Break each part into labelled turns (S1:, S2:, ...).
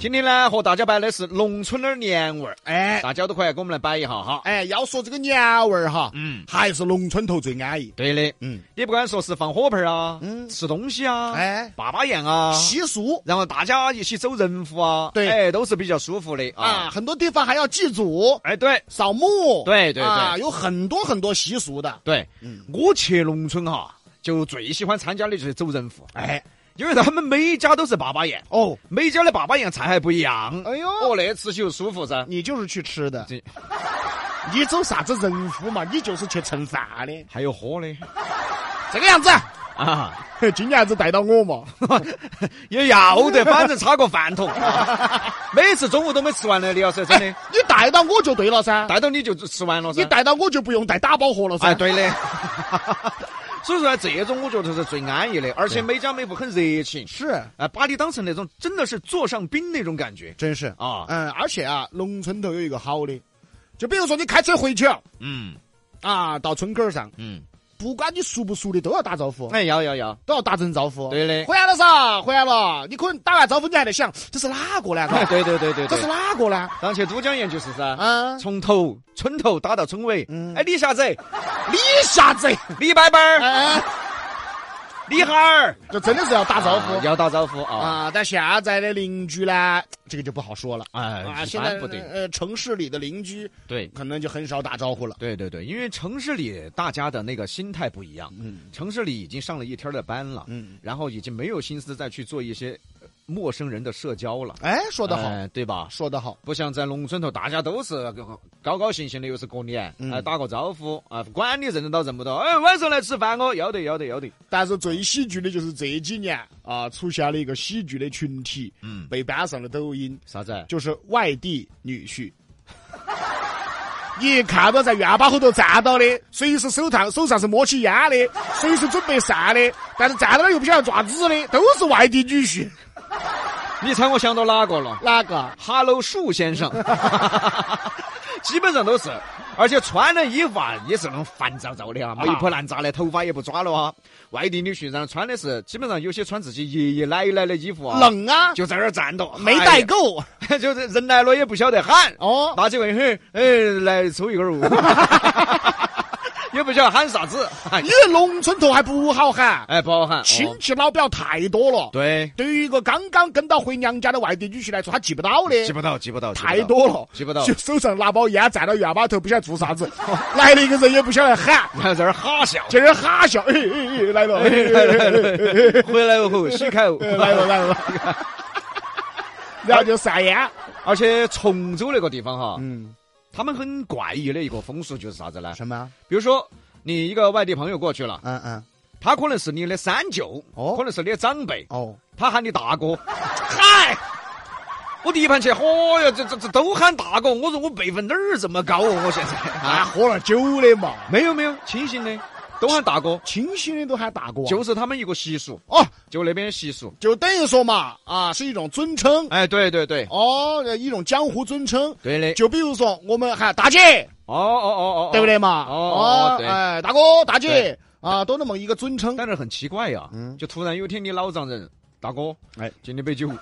S1: 今天呢，和大家摆的是农村的年味儿，
S2: 哎
S1: 大家都快给我们来摆一下哈。
S2: 哎，要说这个年味儿哈，
S1: 嗯，
S2: 还是农村头最安逸。
S1: 对的，
S2: 嗯，
S1: 你不管说是放火盆儿啊，
S2: 嗯
S1: 吃东西啊，
S2: 哎
S1: 爸爸宴啊，
S2: 习俗
S1: 然后大家一起走人户啊，
S2: 对
S1: 哎，都是比较舒服的
S2: 啊，
S1: 啊。
S2: 很多地方还要祭祖、
S1: 哎，对
S2: 扫墓，
S1: 对对
S2: 啊，
S1: 对
S2: 有很多很多习俗的。
S1: 对，
S2: 嗯，
S1: 我去农村哈，就最喜欢参加的就是走人户，
S2: 哎，
S1: 因为他们每家都是爸爸宴，
S2: 哦，
S1: 每家的爸爸宴菜还不一样。
S2: 哎呦
S1: 哦，那吃起又舒服噻。
S2: 你就是去吃的
S1: 这，
S2: 你走啥子人夫嘛？你就是去蹭饭的，
S1: 还有喝的
S2: 这个样子。
S1: 啊。
S2: 今年还是带到我嘛？
S1: 也要得，反正差个饭桶。每次中午都没吃完的，李老师真 的，
S2: 你带到我就对了噻，
S1: 带到你就吃完了
S2: 你
S1: 噻。
S2: 带到我就不用带打包盒了噻。
S1: 哎，对的。 所以说呢，这种我觉得是最安逸的，而且每家每户很热情，
S2: 是，
S1: 哎，把你当成那种真的是座上宾那种感觉
S2: 真是
S1: 啊。
S2: 嗯，而且啊，农村头有一个好的，就比如说你开车回去
S1: 嗯
S2: 啊，到村口儿上，
S1: 嗯，
S2: 不管你熟不熟的，都要打招呼，
S1: 哎，要要要，
S2: 都要打声招呼。
S1: 对 的
S2: 回来了噻，回来了。你可能打完招呼，你还在想这是哪个呢？
S1: 哎，对对对对
S2: 这是
S1: 对。
S2: 哪个呢？
S1: 当去都江堰就是噻，
S2: 啊，
S1: 从头村头打到村尾。
S2: 嗯
S1: 哎，李啥子？
S2: 你瞎子！
S1: 李伯伯，
S2: 哎，
S1: 李哈儿，
S2: 就真的是要打招呼
S1: 啊要打招呼啊！
S2: 啊。但现在的邻居呢，这个就不好说了。
S1: 哎，
S2: 啊，
S1: 一
S2: 现在
S1: 般不对，
S2: 呃，城市里的邻居
S1: 对。
S2: 可能就很少打招呼了。
S1: 对对对，因为城市里大家的那个心态不一样，
S2: 嗯
S1: 城市里已经上了一天的班了，
S2: 嗯，
S1: 然后已经没有心思再去做一些呃陌生人的社交了，
S2: 哎，说得好，
S1: 哎对吧？
S2: 说得好。
S1: 不像在农村头，大家都是高高高兴兴的，又是过年，哎、
S2: 嗯
S1: 打个招呼啊，管你认得到认不到，哎，晚上来吃饭哦，要得要得要得，
S2: 但是最喜剧的就是这几年啊，出现了一个喜剧的群体，
S1: 嗯，
S2: 被搬上了抖音，
S1: 啥子？
S2: 就是外地女婿。你看到在院坝后头站到的，随时手上手上是摸起烟的，随时准备散的，但是站到那儿又不晓得爪子的，都是外地女婿。
S1: 你猜我想到哪个了？
S2: 哪个？
S1: 哈喽，树先生， 基本上都是，而且穿的衣服啊也是那种烦躁躁的啊，
S2: 啊
S1: 媒婆烂渣的，头发也不抓了啊。外地女婿然后穿的是，基本上有些穿自己爷爷奶奶的衣服啊，
S2: 冷啊，
S1: 就在那儿站到，
S2: 没带够、
S1: 哎呀， 就是人来了也不晓得喊，
S2: 哦。
S1: 拿起棍嘿，哎，来抽一根儿雾， 也不晓得喊啥子， 哎
S2: 你农村头还不好喊，
S1: 哎，不好喊，
S2: 亲
S1: 哦
S2: 戚老表太多了。
S1: 对，
S2: 对于一个刚刚跟到回娘家的外地女婿来说，他记不到的。
S1: 记不到，记不到，记不到
S2: 太多了，
S1: 记不到
S2: 就手上拿包烟站到院坝头，不晓得做啥子，来了一个人也不晓得喊，
S1: 还 在那儿哈笑，
S2: 在那儿哈笑，哎哎哎，来了，哎
S1: 来
S2: 哎
S1: 来
S2: 哎
S1: 来，回来后洗口，
S2: 哎来了来了，然后就散烟，
S1: 而且崇州那个地方哈，
S2: 嗯，
S1: 他们很怪异的一个风俗就是啥子呢？
S2: 什么？
S1: 比如说你一个外地朋友过去了，
S2: 嗯嗯，
S1: 他可能是你的三舅，
S2: 哦
S1: 可能是你的长辈，
S2: 哦，
S1: 他喊你大哥， 嗨。我第一盘去，嚯哟，这这这都喊大哥，我说我辈分哪儿这么高哦，我现在啊，
S2: 啊，喝了酒的嘛，
S1: 没有没有，清醒的都喊大哥，
S2: 清醒的都喊大哥啊，
S1: 就是他们一个习俗，
S2: 哦，
S1: 就那边习俗。
S2: 就等于说嘛，啊，是一种尊称，
S1: 哎，对对对，
S2: 哦，一种江湖尊称，
S1: 对的，
S2: 就比如说我们喊大姐，
S1: 哦哦哦哦，
S2: 对不？对嘛？
S1: 哦哦对
S2: 哎，大哥大姐
S1: 对
S2: 啊，都那么一个尊称。
S1: 但是很奇怪呀、
S2: 嗯
S1: 就突然有一天你老丈人大哥，
S2: 哎，
S1: 敬你杯酒
S2: 比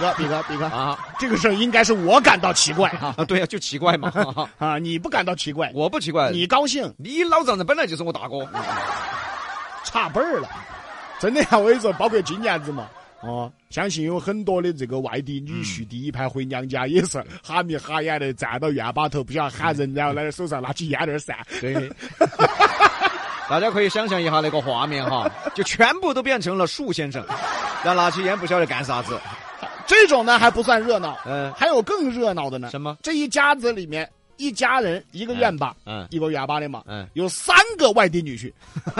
S2: 哥，比哥，比哥，
S1: 啊，
S2: 这个事儿应该是我感到奇怪哈
S1: 啊，对呀、就奇怪嘛。
S2: 啊，你不感到奇怪，
S1: 我不奇怪，
S2: 你高兴
S1: 你老丈人本来就是我大哥，
S2: 差辈儿了，真的呀、我跟你说，包括今年子嘛。哦，相信有很多的这个外地女婿第一盘回娘家也是哈迷哈眼的站到院坝头，不晓得喊人，然后在手上拿起烟在那儿散。
S1: 对。 大家可以想象一下那个画面哈，就全部都变成了树先生，然后拿起烟不晓得干啥子，
S2: 这种呢还不算热闹，
S1: 嗯、
S2: 还有更热闹的呢。
S1: 什么？
S2: 这一家子里面，一家人一个院坝，
S1: 嗯
S2: 一个院坝的嘛，
S1: 嗯，
S2: 有三个外地女婿，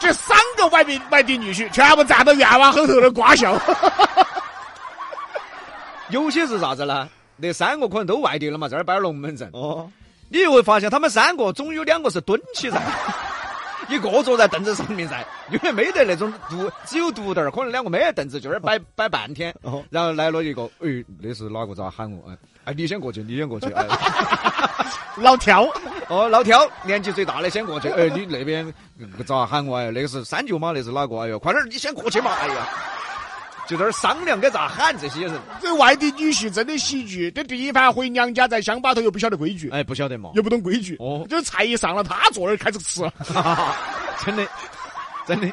S2: 这三个外地外地女婿全部站到院坝后头的瓜笑。
S1: 有些是啥子呢？那三个可能都外地了嘛，在那儿摆龙门阵，
S2: 哦，
S1: 你就会发现他们三个总有两个是蹲起噻， 一个坐在凳子上面噻，因为没得那种独，只有独凳儿，可能两个没得凳子，就在那儿摆摆半天。
S2: 哦
S1: 然后来了一个，哎，那是哪个咋喊我？哎，哎，你先过去，你先过去。 哎，
S2: 老挑，
S1: 哦，老挑，年纪最大的先过去。哎，你那边呃咋喊我？哎，那个是三舅妈，那是哪个？哎呦，快点儿，你先过去嘛。哎呀，就在那儿商量该咋喊这些人。
S2: 这外地女婿真的喜剧，这第一盘回娘家在乡巴头又不晓得规矩，
S1: 哎，不晓得嘛，
S2: 又不懂规矩，
S1: 哦
S2: 这菜一上了，他坐那儿开始吃。
S1: 真的，真的，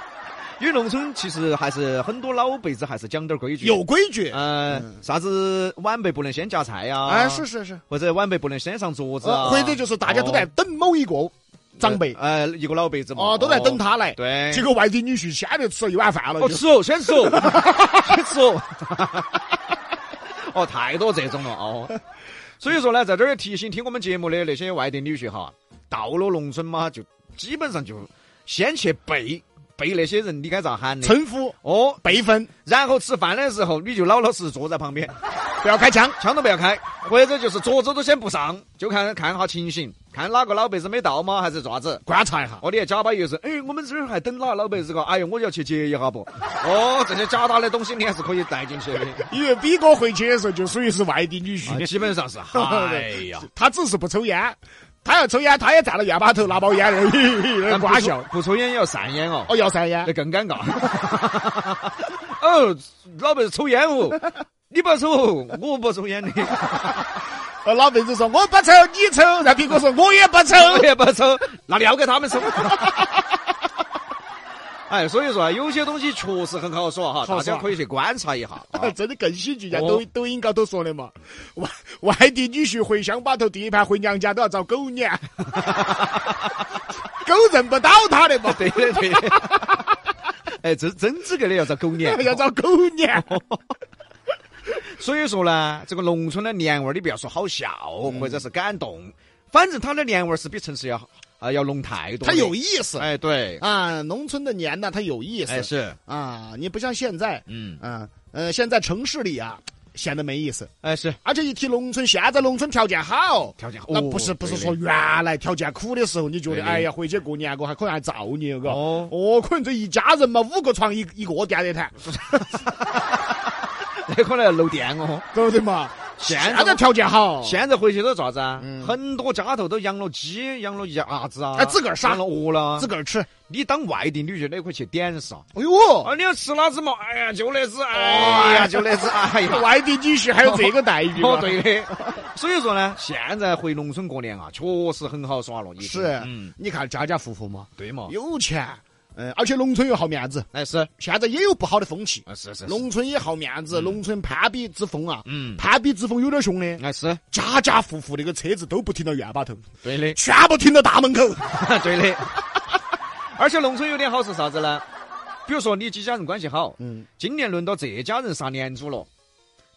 S1: 因为农村其实还是很多老辈子还是讲点规矩。
S2: 有，规矩。嗯
S1: 呃，啥子晚辈不能先夹菜呀？
S2: 哎，是，是是，
S1: 或者晚辈不能先上桌子啊？
S2: 呃或者就是大家都在
S1: 哦
S2: 等某一个长辈，啊
S1: 呃，一个老辈子嘛，
S2: 哦，都在等。他来。
S1: 对，
S2: 结果外地女婿先就吃了一碗饭了，
S1: 哦，
S2: 就
S1: 吃哦，先吃 哦，先吃哦。 哦，太多这种了哦。所以说呢，在这儿也提醒听我们节目的那些外地女婿哈，到了农村嘛，就基本上就先去背背那些人你该咋喊的
S2: 称呼
S1: 哦，
S2: 辈分，
S1: 然后吃饭的时候你就老老实实坐在旁边，
S2: 不要开枪。
S1: 枪都不要开，或者就是桌子都先不上，就看看哈情形，看哪个老辈子没到吗，还是咋子？
S2: 观察一下，
S1: 哦，你看假巴又是，哎，我们这儿还等哪老辈子个？哎呦，我要去接一下不？哦，这些假打的东西你还是可以带进 去的，
S2: 因为比哥回去的时候就属于是外地女
S1: 啊
S2: 婿，
S1: 基本上是。哎 呀，
S2: 他只是不抽烟，他要抽烟，他也站到院坝头拿包烟在那儿嘿嘿嘿在那 儿
S1: 但不
S2: 瓜
S1: 抽
S2: 笑。
S1: 不抽烟也要散烟哎哦，
S2: 哦，要三烟
S1: 那，更尴尬。 哦，老辈子抽烟哦，你不抽哦，我不抽烟的，
S2: 呃老辈子说我不抽，你抽。然后比哥说我也不抽。
S1: 我也不抽，那撩给他们 抽。哎，所以说啊，有些东西确实很好耍哈，
S2: 好
S1: 大
S2: 耍
S1: 家可以去观察 一下。啊
S2: 真的更喜剧，像
S1: 哦
S2: 抖抖音高头说的嘛，外外地女婿回乡巴头第一盘回娘家都要遭狗撵， 狗认不到他的嘛，。
S1: 对的，对 的。哎，这真资格的要遭狗撵
S2: 要遭狗撵。
S1: 哦 所以说呢，这个农村的年味儿，你不要说好笑
S2: 嗯
S1: 或者是感动，反正它的年味儿是比城市要啊、要浓太多。
S2: 它有，意思
S1: 哎，对，
S2: 啊，农村的年呢，它有意
S1: 哎
S2: 思
S1: 是，
S2: 啊，你不像现在，
S1: 嗯，
S2: 啊，呃，现在城市里啊，显得没意思。
S1: 哎是，
S2: 而且一提农村，现在农村条件好，
S1: 条件好
S2: 那不是不是说
S1: 哦对
S2: 原来条件苦的时候，你觉
S1: 对
S2: 得
S1: 的
S2: 哎呀，回去过年过还可能还造孽，嘎。
S1: 哦
S2: 哦，可能这一家人嘛，五个床一一个电热毯，
S1: 那可能要漏电哦。
S2: 对不对嘛？
S1: 现
S2: 现
S1: 在
S2: 在条件好，
S1: 现在回去都咋子啊？
S2: 嗯
S1: 很多家头都养了鸡，养了鸭子啊，
S2: 哎自个儿杀
S1: 养了鹅了
S2: 自。个儿吃。
S1: 你当外地女婿，那可以去点杀
S2: 哎呦，
S1: 啊！你要吃哪只嘛？哎呀，就那只，哎呀，就那只，哎呀。
S2: 外地女婿还有这个待 遇啊
S1: 哦
S2: 吗，？
S1: 对的。 所以说呢，现在回农村过年啊，确实很好耍了。已经
S2: 是
S1: 嗯，，
S2: 你看家家户户嘛，
S1: 对嘛。
S2: 有钱，嗯，而且农村又好面子，
S1: 哎是，
S2: 现在也有不好的风气，
S1: 啊是是是，
S2: 农村也好面子，农村攀比之风啊，
S1: 嗯，
S2: 攀比之风有点凶的，
S1: 哎是，
S2: 家家户户那个车子都不停到院坝头，
S1: 对的，
S2: 全部停到大门口。
S1: 对 的。而且农村有点好是啥子呢？比如说你几家人关系好，
S2: 嗯，
S1: 今年轮到这家人杀年猪了，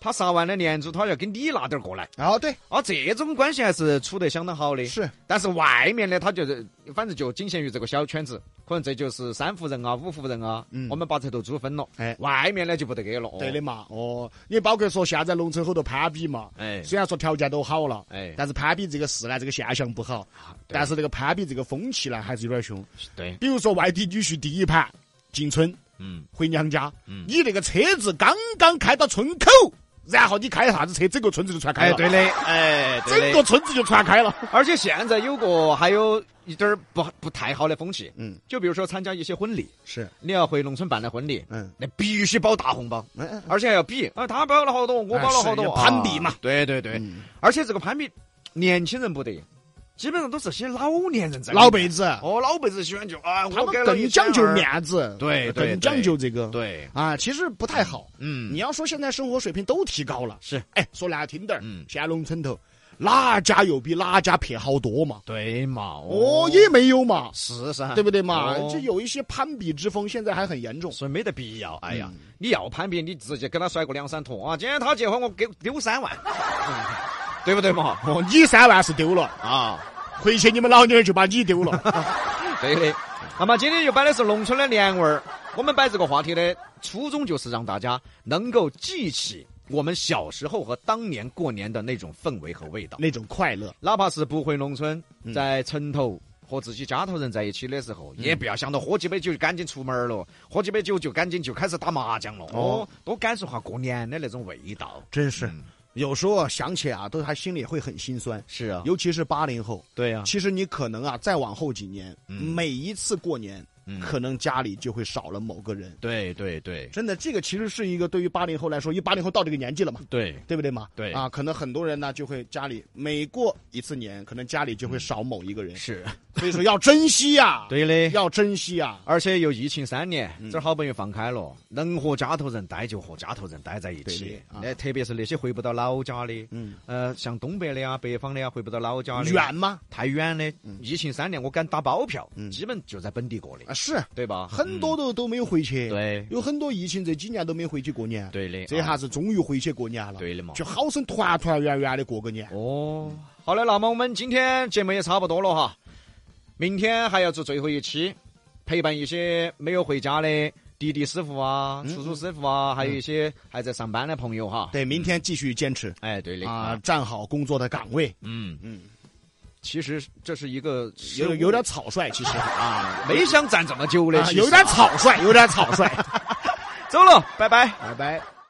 S1: 他杀完了年猪，他要给你拿点儿过来。
S2: 哦对，
S1: 啊，这种关系还是处得相当好的。
S2: 是，
S1: 但是外面呢，他就是反正就仅限于这个小圈子，可能这就是三户人啊、五户人啊，
S2: 嗯
S1: 我们把这头猪分了。
S2: 哎
S1: 外面呢就不得给了。哦
S2: 对的，嘛。哦，你包括说现在农村很多攀比嘛，
S1: 哎
S2: 虽然说条件都好了，
S1: 哎，
S2: 但是攀比这个事呢，这个现象不好，
S1: 对
S2: 但是这个攀比这个风气呢，还是有点凶。
S1: 哦对，
S2: 比如说外地女婿第一盘进村
S1: 嗯
S2: 回娘家，
S1: 嗯，
S2: 你那个车子刚刚开到村口，然后你开啥子车，整个村子就传开
S1: 哎
S2: 了，
S1: 对的，哎
S2: 整
S1: 对
S2: 个
S1: 的。
S2: 村子就传开了。
S1: 而且现在有个还有一点儿不不太好的风气，
S2: 嗯，
S1: 就比如说参加一些婚礼，
S2: 是，
S1: 你要回农村办的婚礼，
S2: 嗯，哎
S1: 那必须包大红包，而且还要比啊，他包了好多，我包了好
S2: 哎是
S1: 多，
S2: 要
S1: 啊
S2: 攀比嘛。嗯
S1: 对对对，而且这个攀比，年轻人不得，基本上都是些老年人在
S2: 老辈子，
S1: 哦，老辈子喜欢就啊，
S2: 他
S1: 我
S2: 们
S1: 给了
S2: 更讲究
S1: 1200，
S2: 面子，
S1: 对对
S2: 更讲究这个，
S1: 对，
S2: 啊，其实不太好。
S1: 嗯
S2: 你要说现在生活水平都提高了，
S1: 是，
S2: 哎，说难听点儿，
S1: 嗯
S2: 现在农村头哪家有比哪家撇好多嘛？
S1: 对嘛，
S2: 哦，啊也没有嘛，
S1: 是噻，
S2: 对不对嘛？
S1: 哦
S2: 这有一些攀比之风，现在还很严重。
S1: 所以没得必要。哎呀，
S2: 嗯
S1: 你要攀比，你直接跟他甩个两三坨啊！今天他结婚，我给丢三万， 对不对嘛？
S2: 哦，你三万是丢了，
S1: 啊，
S2: 回去你们老娘儿就把你丢 了。
S1: 对的。那么今天就摆的是农村的年味儿。我们摆这个话题的初衷就是让大家能够记起我们小时候和当年过年的那种氛围和味道。嗯
S2: 那种快乐，
S1: 哪怕是不回农村，在城头和自己家头人在一起的时候，也不要想到喝几杯酒就赶紧出门儿了，喝几杯酒就赶紧就开始打麻将了。哦，多感受下过年的那种味道。
S2: 真是
S1: 嗯
S2: 有时候啊想起啊，都还心里会很心酸。
S1: 是啊，
S2: 尤其是八零后，
S1: 对呀、
S2: 啊其实你可能啊，再往后几年，
S1: 嗯
S2: 每一次过年，
S1: 嗯
S2: 可能家里就会少了某个人。
S1: 对对对
S2: 真的，这个其实是一个对于八零后来说，因为八零后到这个年纪了嘛，
S1: 对，
S2: 对不对嘛？
S1: 对
S2: 啊，可能很多人呢就会家里每过一次年，可能家里就会少某一个人，
S1: 是
S2: 所以说要珍惜
S1: 嗯
S2: 呀、
S1: 对的。
S2: 要珍惜呀、
S1: 而且又疫情三年，
S2: 嗯
S1: 这儿好不容易放开了，能和家头人待就和家头人待在一
S2: 对
S1: 起
S2: 的。啊
S1: 那特别是那些回不到老家的，
S2: 嗯，
S1: 呃，像东北的啊、北方的啊，回不到老家的，
S2: 远嗯吗？
S1: 太远的，疫情三年我敢打包票，基本就在本地过
S2: 啊，
S1: 的，
S2: 是
S1: 对吧？
S2: 很多都都没有回去，
S1: 嗯对
S2: 有很多疫情这几年都没回去过年，
S1: 对的
S2: 这下子终于回去过年了，
S1: 对的嘛
S2: 就好生团团圆圆的过个年。
S1: 哦，好的，那么我们今天节目也差不多了哈，明天还要做最后一期，陪伴一些没有回家的滴滴师傅啊、出租师傅啊，还有一些还在上班的朋友哈。，
S2: 嗯对，明天继续坚持
S1: 哎，对的
S2: 啊，，站好工作的岗位，
S1: 嗯
S2: 嗯，
S1: 其实这是一个失误
S2: 有有点草率，其实啊，
S1: 没想站这么久的
S2: 啊，
S1: 其实
S2: 有点草率，有点草率。
S1: 走了，拜拜。
S2: 拜拜。